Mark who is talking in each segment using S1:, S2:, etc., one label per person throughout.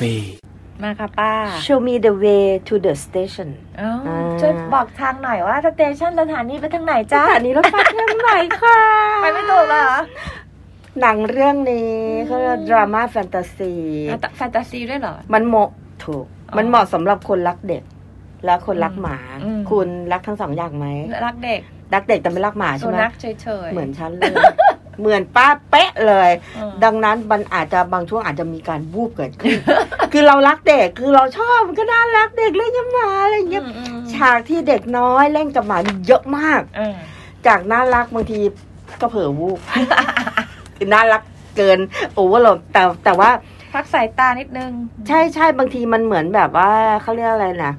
S1: ค่ะป้า
S2: Show me the way to the station
S1: เอ้า
S2: อ่า
S1: ช่วยบอกทางหน่อยว่าสเตชันสถานีไปทางไหนจ้า
S2: สถานีรถไฟเชียงใหม่ค่ะ
S1: ไปไม่ถูกเลยเหรอ
S2: หนังเรื่องนี้
S1: อืม
S2: เขาเรียกดราม่าแฟนตาซี
S1: เอาแต่แฟนตาซีด้วยเหรอ
S2: มันเหมาะถูก
S1: อ๋อ
S2: มันเหมาะสำหรับคนรักเด็ก และคนรักหมา
S1: อืม
S2: คุณรักทั้งสองอย่างไหม
S1: รักเด็ก
S2: รักเด็กแต่ไม่รักหมา
S1: สุ
S2: ใช่ไหม
S1: นัขเฉยๆ
S2: เหมือนฉันเลย เหมือนป้าเป๊ะเลย
S1: เออ
S2: ดังนั้นมันอาจจะบางช่วงอาจจะมีการวูบเกิดขึ้น คือเรารักเด็กคือเราชอบมันก็น่ารักเด็กเล่นกับหมาอะไรอย่างเงี้ย
S1: อืม
S2: ฉากที่เด็กน้อยเล่นกับหมานี่เยอะมาก
S1: อืม
S2: จากน่ารักบางทีก็เผลอวูบ คือน่ารักเกินโอเวอร์โหลดแต่แต่ว่า
S1: พักสายตานิดนึง
S2: ใช่ใช่บางทีมันเหมือนแบบว่าเขาเรียกอะไรนะ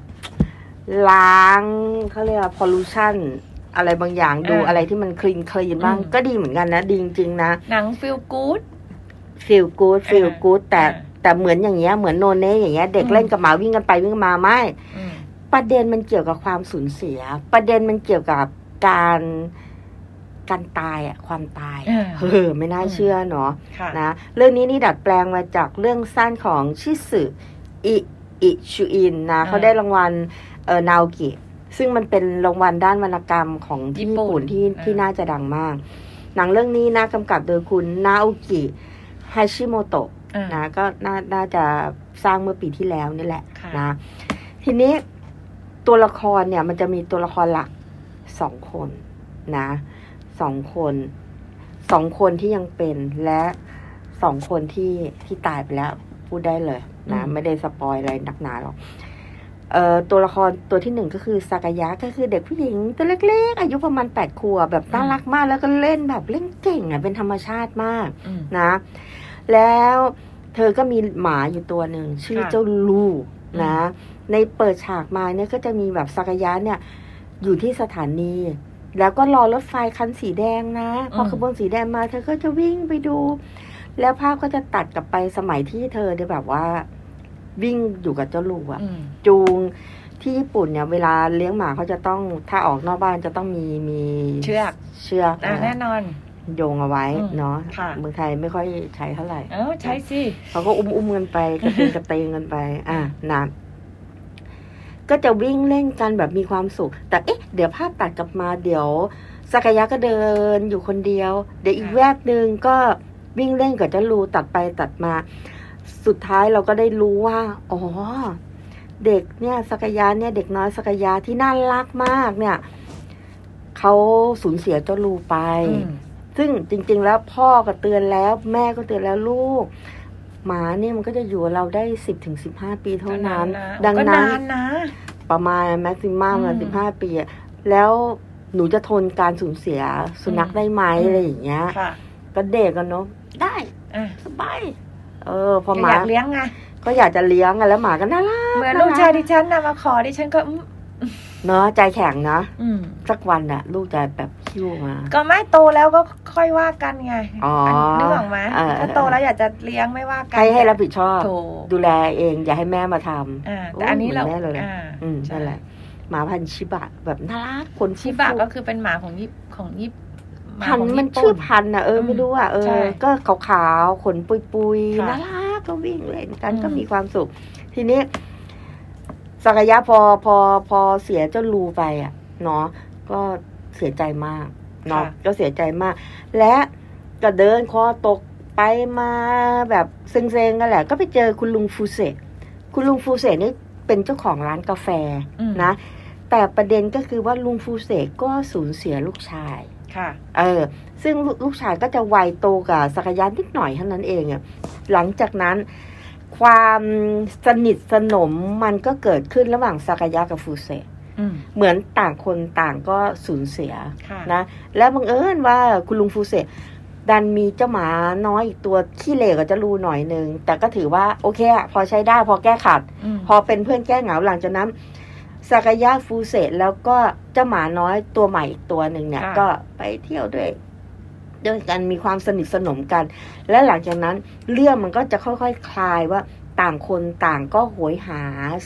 S2: ล้างเขาเรียกพอลูชันอะไรบางอย่างดู
S1: า
S2: อะไรที่มันคลีนคลีนบ้าง
S1: อืม
S2: ก็ดีเหมือนกันนะ ดีจริง ๆ นะ
S1: หนังฟิลกู๊ด
S2: ฟีลกู๊ดฟีลกู๊ดแต่
S1: อ่า
S2: แต่เหมือนอย่างเงี้ยเหมือนโนเน่อย่างเงี้ยเด็กเล่นกับหมาวิ่งกันไปวิ่งกันมาไม่ ประเด็นมันเกี่ยวกับความสูญเสีย ประเด็นมันเกี่ยวกับการการตายอะความตาย
S1: เอ
S2: อะ
S1: อ
S2: เออไม่น่าเชื่อเนาะ
S1: ค่ะ
S2: นะเรื่องนี้นี่ดัดแปลงมาจากเรื่องสั้นของชิสึอิอิชูอินนะเขาได้รางวัลเออนาวกิ ซึ่งมันเป็นรางวัลด้านวรรณกรรมของที่ญี่ปุ่นที่ที่น่าจะดังมาก หนังเรื่องนี้นะกำกับโดยคุณนาโอกิฮาชิโมโตะ
S1: อ่า
S2: นะก็น่าน่าจะสร้างเมื่อปีที่แล้วนี่แหละ
S1: ค่ะ
S2: นะทีนี้ตัวละครเนี่ยมันจะมีตัวละครหลักสองคนนะสองคนสองคนที่ยังเป็นและสองคนที่ที่ตายไปแล้ว พูดได้เลยนะ
S1: อืม
S2: ไม่ได้สปอยอะไรหนักหนาหรอกเอ่อตัวละครตัวที่หนึ่งก็คือสากายะก็คือเด็กผู้หญิงตัวเล็กๆ อายุประมาณแปดขวบแบบน่ารักมากแล้วก็เล่นแบบเล่นเก่งอ่ะเป็นธรรมชาติมาก
S1: อืม
S2: นะแล้วเธอก็มีหมาอยู่ตัวหนึ่งชื่อ
S1: ค่ะ
S2: เจ้าลูนะ
S1: อื
S2: ในเปิดฉากมาเนี่ยก็จะมีแบบสักยะเนี่ย อยู่ที่สถานี แล้วก็รอรถไฟคันสีแดงนะ พอขบวนสีแดงมา เธอก็จะวิ่งไปดู แล้วภาพก็จะตัดกลับไปสมัยที่เธอได้แบบว่า วิ่งอยู่กับเจ้าลูอะ
S1: อืม
S2: จูงที่ญี่ปุ่นเนี่ย เวลาเลี้ยงหมาเขาจะต้องถ้าออกนอกบ้านจะต้องมีมี
S1: เชือก
S2: เชือก
S1: อ่ะ
S2: นะ
S1: แน่นอน
S2: โยงเอาไว้
S1: อืม
S2: เนาะ
S1: ค่ะ
S2: เมืองไทยไม่ค่อยใช้เท่าไหร่
S1: เอ้าใช้สิ
S2: เขาก็อุ้มอุ้มๆกันไป กระเตงกระเตงกันไป อ่ะนะก็จะวิ่งเล่นกันแบบมีความสุข แต่เอ๊ะ เดี๋ยวภาพตัดกลับมาเดี๋ยวสักายะก็เดินอยู่คนเดียว เดี๋ยวอีก
S1: ค่ะ
S2: แวบหนึ่งก็วิ่งเล่นกับเจ้าลูตัดไปตัดมา สุดท้ายเราก็ได้รู้ว่า อ๋อ เด็กเนี่ยสักายะเนี่ย เด็กน้อยสักายะที่น่ารักมากเนี่ยเขาสูญเสียเจ้าลูไป
S1: อืม
S2: ซึ่งจริง ๆ แล้วพ่อก็เตือนแล้ว แม่ก็เตือนแล้วลูก หมาเนี่ยมันก็จะอยู่กับเราได้สิบถึงสิบห้าปีเท่านั้น ดัง
S1: ก็
S2: นั้น
S1: นานนะ
S2: ประมาณแม็กซิมัม
S1: อืม
S2: สิบห้าปีอะแล้วหนูจะทนการสูญเสียสุนัข
S1: อืม
S2: ได้ไหม
S1: อืม
S2: อะไรอย่างเงี้ย
S1: ค่ะ
S2: ก็เด็กกันเนาะได้
S1: อ่ะ
S2: สบายเออ พอหมาย
S1: อากเลี้ยงไง
S2: ก็อยากจะเลี้ยงอะแล้วหมาก็น่ารัก
S1: เหมือนลูกชายดิฉันนะมาขอดิฉันก็อืม
S2: เนาะใจแข็งนะ
S1: อืม
S2: สักวันอะลูกจะแบบคิ้วมา
S1: ก็ไม่โตแล้วก็ค่อยว่ากันไง
S2: อ๋ออั
S1: นึกออกไหม
S2: เออเออ
S1: ถ้าโตแล้วอยากจะเลี้ยงไม่ว่ากัน
S2: ใครให้รับผิดชอบ
S1: ถูก
S2: ดูแลเองอย่าให้แม่มาทำ
S1: อ่าแต่อันนี้เรา
S2: โอ้ยเหมือนแม่เลย
S1: อ่า
S2: อืม
S1: ใช่
S2: นั่นแหละหมาพันธุ์ชิบะ แบบน่ารักขน
S1: ชิบะก็คือเป็นหมาของญี่ของญี่หา
S2: พัน
S1: ของ
S2: ธุ์
S1: ญี่
S2: มัน
S1: ปุ่
S2: ชื่อพันธุ์นะเอออ
S1: ม
S2: ไม่รู้อ่ะเอ
S1: ใช่
S2: อ ก็ขาวๆขนปุยๆ
S1: ค่ะ
S2: น่ารักก็วิ่งเล่นกัน
S1: อืม
S2: ก็มีความสุข ทีนี้สักยะพอพอพอเสียเจ้าลูไปอ่ะเนาะก็เสียใจมากเนาะก็เสียใจมาก และก็เดินคอตกไปมาแบบเซ็งๆกันแหละ ก็ไปเจอคุณลุงฟูเซะคุณลุงฟูเซะนี่เป็นเจ้าของร้านกาแฟ
S1: อืม
S2: นะแต่ประเด็นก็คือว่าลุงฟูเสกก็สูญเสียลูกชาย
S1: ค่ะ
S2: เออ ซึ่งลลูกชายก็จะวัยโตกับสักยานนิดหน่อยเท่านั้นเองอะหลังจากนั้น ความสนิทสนมมันก็เกิดขึ้นระหว่างสักยะกับฟูเสก
S1: อืม
S2: เหมือนต่างคนต่างก็สูญเสีย
S1: ค่ะ
S2: นะ และบังเอิญว่าคุณลุงฟูเสกดันมีเจ้าหมาน้อยอีกตัวขี้เหร่กับเจ้าลูหน่อยหนึ่งแต่ก็ถือว่าโอเคอะพอใช้ได้พอแก้ขัด
S1: ม
S2: พอเป็นเพื่อนแก้เหงาหลังจากนั้นสากายะฟูเซะแล้วก็เจ้าหมาน้อยตัวใหม่อีกตัวหนึ่งเนี่ย ก็ไปเที่ยวด้วยด้วยกันมีความสนิทสนมกัน และหลังจากนั้นเรื่องมันก็จะค่อยๆคลายว่าต่างคนต่างก็โหยหา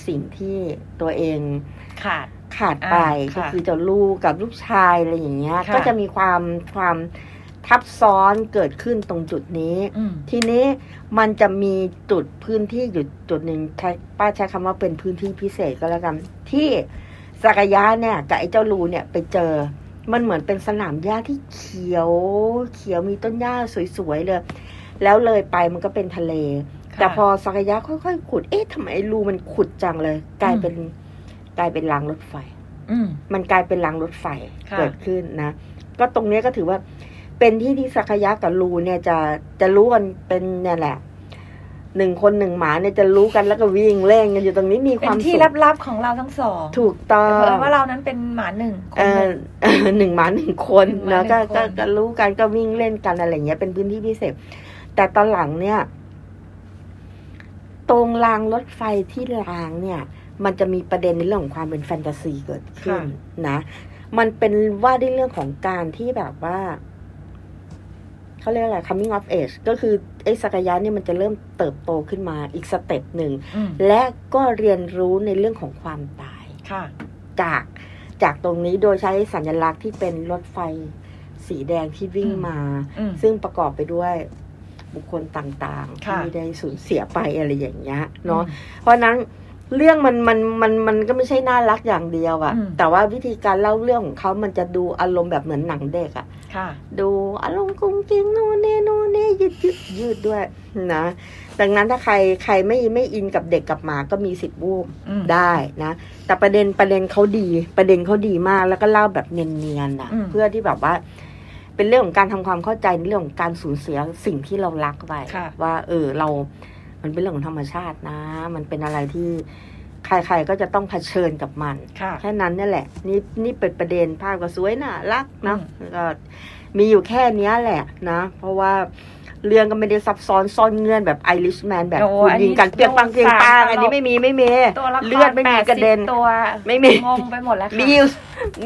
S2: สิ่งที่ตัวเอง
S1: ขาด
S2: ขาดไป
S1: อ่า
S2: ก็
S1: ค่ะ
S2: คือเจ้าลูกกับลูกชายอะไรอย่างเงี้ย
S1: ค่ะ
S2: ก็จะมีความความ ทับซ้อนเกิดขึ้นตรงจุดนี้
S1: อืม
S2: ทีนี้มันจะมีจุดพื้นที่อยู่จุดหนึ่งใช้ป้าใช้คำว่าเป็นพื้นที่พิเศษก็แล้วกัน ที่สักยะเนี่ยกับไอ้เจ้ารูเนี่ยไปเจอ มันเหมือนเป็นสนามหญ้าที่เขียว เขียวมีต้นหญ้าสวยๆเลย แล้วเลยไปมันก็เป็นทะเล แต่พอสักยะค่อยๆขุด เอ๊ะทำไมรูมันขุดจังเลย กลายเป็นกลายเป็นรางรถไฟ
S1: อืม
S2: มันกลายเป็นรางรถไฟ
S1: ค่ะ
S2: เกิดขึ้นนะ ก็ตรงเนี้ยก็ถือว่า เป็นที่ที่สักยะกับรูเนี่ยจะจะรู้กันเป็นเนี่ยแหละหนึ่งคนหนึ่งหมาเนี่ยจะรู้กันแล้วก็วิ่งเล่นกันอยู่ตรงนี้มีค
S1: เป็
S2: วาม
S1: นที่
S2: สุข
S1: ลับๆของเราทั้งสอง
S2: ถูกต้อ
S1: แต่เพ
S2: ง
S1: ราะว่าเรานั้นเป็นหมาหนึ่งค
S2: เอน
S1: ห
S2: อ
S1: นึ่ง
S2: เอ่อหนึ่งหมาหนึ่งคน
S1: หนึ่งหมา
S2: นะ
S1: หนึ่
S2: ก็
S1: งคน
S2: ก็ก็รู้กันก็วิ่งเล่นกันอะไรอย่างเงี้ยเป็นพื้นที่พิเศษ แต่ตอนหลังเนี่ย ตรงรางรถไฟที่รางเนี่ย มันจะมีประเด็นในเรื่องของความเป็นแฟนตาซีเกิดขึ้น
S1: ค่ะ
S2: นะ มันเป็นว่าด้วยเรื่องของการที่แบบว่า เขาเรียกอะไร coming of age ก็คือไอ้สักยะเนี่ยมันจะเริ่มเติบโตขึ้นมาอีกสเต็ปหนึ่ง
S1: อืม
S2: และก็เรียนรู้ในเรื่องของความตาย
S1: ค่ะ
S2: จากจากตรงนี้โดยใช้สัญลักษณ์ที่เป็นรถไฟสีแดงที่วิ่ง
S1: อืม
S2: มา
S1: อืม
S2: ซึ่งประกอบไปด้วยบุคคลต่างๆ
S1: ค่ะ
S2: ที่ได้สูญเสียไปอะไรอย่างเงี้ยเนาะ เพราะฉะนั้นเรื่องมันมันมันมันก็ไม่ใช่น่ารักอย่างเดียวอะ
S1: อืม
S2: แต่ว่าวิธีการเล่าเรื่องของเขามันจะดูอารมณ์แบบเหมือนหนังเด็กอะ
S1: ค่ะ
S2: ดูอารมณ์กุ้งกิ้งนู่นนี่นู่นนี่ยืดยืดยืดด้วยนะดังนั้นถ้าใครใครไม่ไม่อินกับเด็กกับหมาก็มีสิทธิ์วูบ
S1: อืม
S2: ได้นะ แต่ประเด็นประเด็นเขาดี ประเด็นเขาดีมากแล้วก็เล่าแบบเนียนๆนะ
S1: อืม
S2: เพื่อที่แบบว่า เป็นเรื่องของการทำความเข้าใจในเรื่องของการสูญเสียสิ่งที่เรารักไว้
S1: ค่ะ
S2: ว่าเออเรา มันเป็นเรื่องของธรรมชาตินะ มันเป็นอะไรที่ใครๆก็จะต้องเผชิญกับมัน
S1: ค่ะ
S2: แค่นั้นนี่แหละ นี่นี่เป็นประเด็นภาพก็สวยน่ารักนะ
S1: อืม
S2: แล้วก็มีอยู่แค่เนี้ยแหละนะ เพราะว่าเรื่องก็ไม่ได้ซับซ้อนซ่อนเงื่อนแบบไอริชแมนแบบ
S1: โอ้
S2: คุณ
S1: อันนี้
S2: ยิงกันเปรียงปังเปรียงปัง
S1: สงสาร
S2: อันนี้ไม่มีไม่มี
S1: ตัวละคร
S2: เลือดไม่มีกระเด็น
S1: แปสิบตัว
S2: ไม่มี
S1: งงไปหมดแล้ว
S2: มี
S1: ค่ะ
S2: อยู่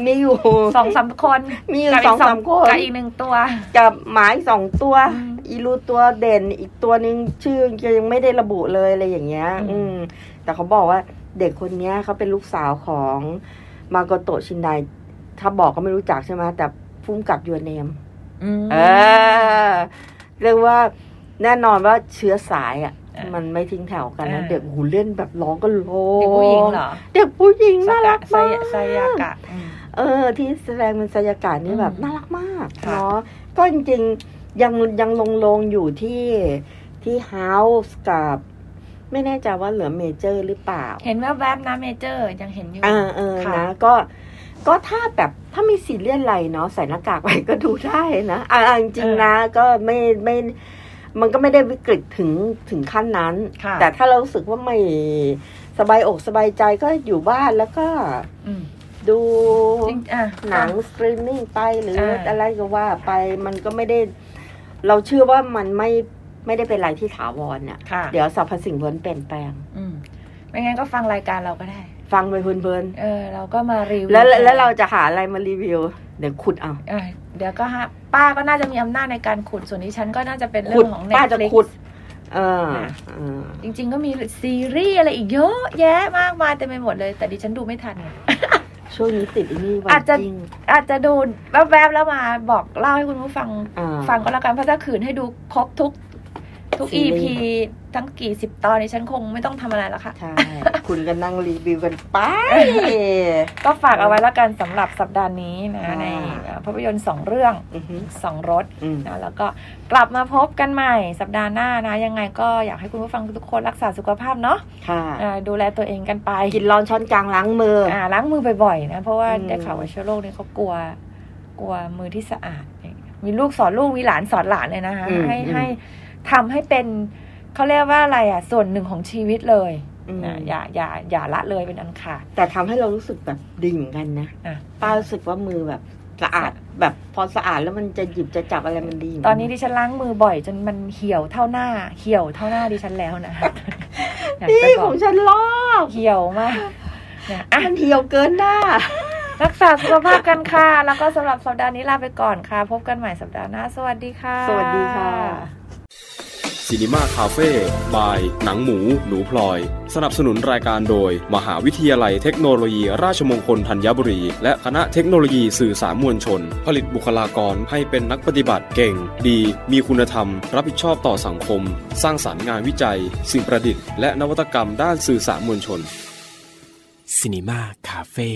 S2: มีอยู่
S1: สองสามคน
S2: มีอยู่
S1: กับก
S2: สองสามคน
S1: กับอีกหนึ่งตัว
S2: กับหมายสองตัว
S1: อืม
S2: อีรูตัวเด่นอีกตัวนึงชื่อยังไม่ได้ระบุเลยอะไรอย่างเงี้ย
S1: อืม
S2: อืม แต่เขาบอกว่าเด็กคนเนี้ยเขาเป็นลูกสาวของมาโกโตะชินไดถ้าบอกก็ไม่รู้จักใช่ไหมแต่พุ่มกับยูเนม
S1: ม
S2: เออเรียกว่าแน่นอนว่าเชื้อสายอ่ะ
S1: เออ
S2: มันไม่ทิ้งแถวกันนะ
S1: เออ
S2: เด็กหูเล่นแบบร้องก็ร้อง
S1: เด็กผู้หญิงเหรอ
S2: เด็กผู้หญิงน่ารัก
S1: ไซ
S2: มาย
S1: ะ
S2: ก
S1: ไซยากะอืม
S2: เออ ที่แสดงเป็นสยากาศนี่
S1: อืม
S2: แบบน่ารักมาก
S1: ค่ะ
S2: เนาะก็จริงๆ ยังยังลงลงอยู่ที่ที่เฮาส์กับ ไม่แน่ใจว่าเหลือเมเจอร์หรือเปล่า
S1: เห็นแวบๆนะเมเจอร์ ยังเห็นอยู่
S2: เออเออ
S1: ค่ะ
S2: นะก็ก็ถ้าแบบถ้ามีสีเลียนอะไรเนาะใส่หน้ากากไปก็ดูได้นะอ่าจริงๆนะ ก็ไม่ไม่ มันก็ไม่ได้วิกฤตถึงถึงขั้นนั้น
S1: ค่ะ
S2: แต่ถ้าเรารู้สึกว่าไม่สบายอกสบายใจก็อยู่บ้านแล้วก็
S1: อืม
S2: ดู
S1: จริงอ่ะ
S2: หนังสตรีมมิ่งไปหรือ
S1: ใช่
S2: อะไรก็ว่าไปมันก็ไม่ได้ เราเชื่อว่ามันไม่ไม่ได้เป็นอะไรที่ถาวรเนี่ย
S1: ค่ะ
S2: เดี๋ยวสรรพสิ่งล้วนเปลี่ยนแปลง
S1: อืมไม่งั้นก็ฟังรายการเราก็ได้
S2: ฟังไปเพลิน
S1: เออ เราก็มารีวิ
S2: ๆแล้วแล้วแล้วเราจะหาอะไรมารีวิว เดี๋ยวขุดเอา
S1: เออเดี๋ยวก็ฮะ ป้าก็น่าจะมีอำนาจในการขุด ส่วนนี้ฉันก็น่าจะเป็น
S2: ขุ
S1: เรื่
S2: ด
S1: องของเน็ต
S2: ป้าจะ
S1: ฟลิก
S2: ขุด เออ
S1: ค่ะ
S2: เออ
S1: จริง ๆ ก็มีซีรีส์อะไรอีกเยอะแยะมากมายเต็มไปหมดเลย แต่ดิฉันดูไม่ทันไง
S2: ช่วงนี้ติดไอันนี้วัน
S1: อาจจะ
S2: จริง
S1: อาจจะดูแวบๆแล้วมาบอกเล่าให้คุณผู้ฟัง
S2: อ่า
S1: ฟังก็แล้วกันเพราะถ้าขืนให้ดูครบทุก ทุก
S2: ซีรีส์
S1: EP ทั้งกี่สิบตอนนี้ฉันคงไม่ต้องทำอะไรแล้วค่ะ
S2: ใช่ คุณก็นั่งรีวิวกันไป
S1: ก็ฝากเอาไว้แล้วกันสำหรับสัปดาห์นี้นะ
S2: อ่า
S1: ในภาพยนตร์สองเรื่อง
S2: อือหือ
S1: สองรถ
S2: อืม
S1: นะแล้วก็กลับมาพบกันใหม่สัปดาห์หน้านะ ยังไงก็อยากให้คุณผู้ฟังทุกคนรักษาสุขภาพเนาะ
S2: ค่ะ
S1: อ่าดูแลตัวเองกันไป
S2: กินร้อนช้อนกลางล้างมืออ
S1: อ่าล้างมือบ่อยๆนะ เพราะว่า
S2: อืม
S1: ได้ข่าวว่าเชื้อโรคเนี่ยเขากลัว กลัวมือที่สะอาด มีลูกสอนลูกมีหลานสอนหลานเลยนะคะ
S2: อืม
S1: ให้
S2: อืม
S1: ให้ทำให้เป็นเขาเรียกว่าอะไรอ่ะส่วนหนึ่งของชีวิตเลย
S2: อืม
S1: นะอย่าอย่าอย่าละเลยเป็นอันขาด
S2: แต่ทำให้เรารู้สึกแบบดิ่งกันนะ
S1: อ่ะ
S2: ป้ารู้สึกว่ามือแบบสะอาดแบบพอสะอาดแล้วมันจะหยิบจะจับอะไรมันดี
S1: ตอนนี้ดิฉันล้างมือบ่อยจนมันเหี่ยวเท่าหน้า เหี่ยวเท่าหน้าดิฉันแล้วนะ อยาก
S2: นี่
S1: จะบอ
S2: ขอก งฉันลอก
S1: เหี่ยวมากนะอ่ะ
S2: มันเหี่ยวเกินหน้า
S1: รักษาสุขภาพกันค่ะ แล้วก็สำหรับสัปดาห์นี้ลาไปก่อนค่ะ พบกันใหม่สัปดาห์หน้า สวัสดีค่ะ
S2: สวัสดีค่ะ
S3: ซีนีมาคาเฟ่บาย หนังหมู หนูพลอย สนับสนุนรายการโดย มหาวิทยาลัยเทคโนโลยี ราชมงคลธัญบุรี และคณะเทคโนโลยีสื่อสารมวลชน ผลิตบุคลากรให้เป็นนักปฏิบัติเก่ง ดี มีคุณธรรม รับผิดชอบต่อสังคม สร้างสารรค์งานวิจัย สิ่งประดิษฐ์และนวัตกรรมด้านสื่อสารมวลชน
S4: Cinema Cafe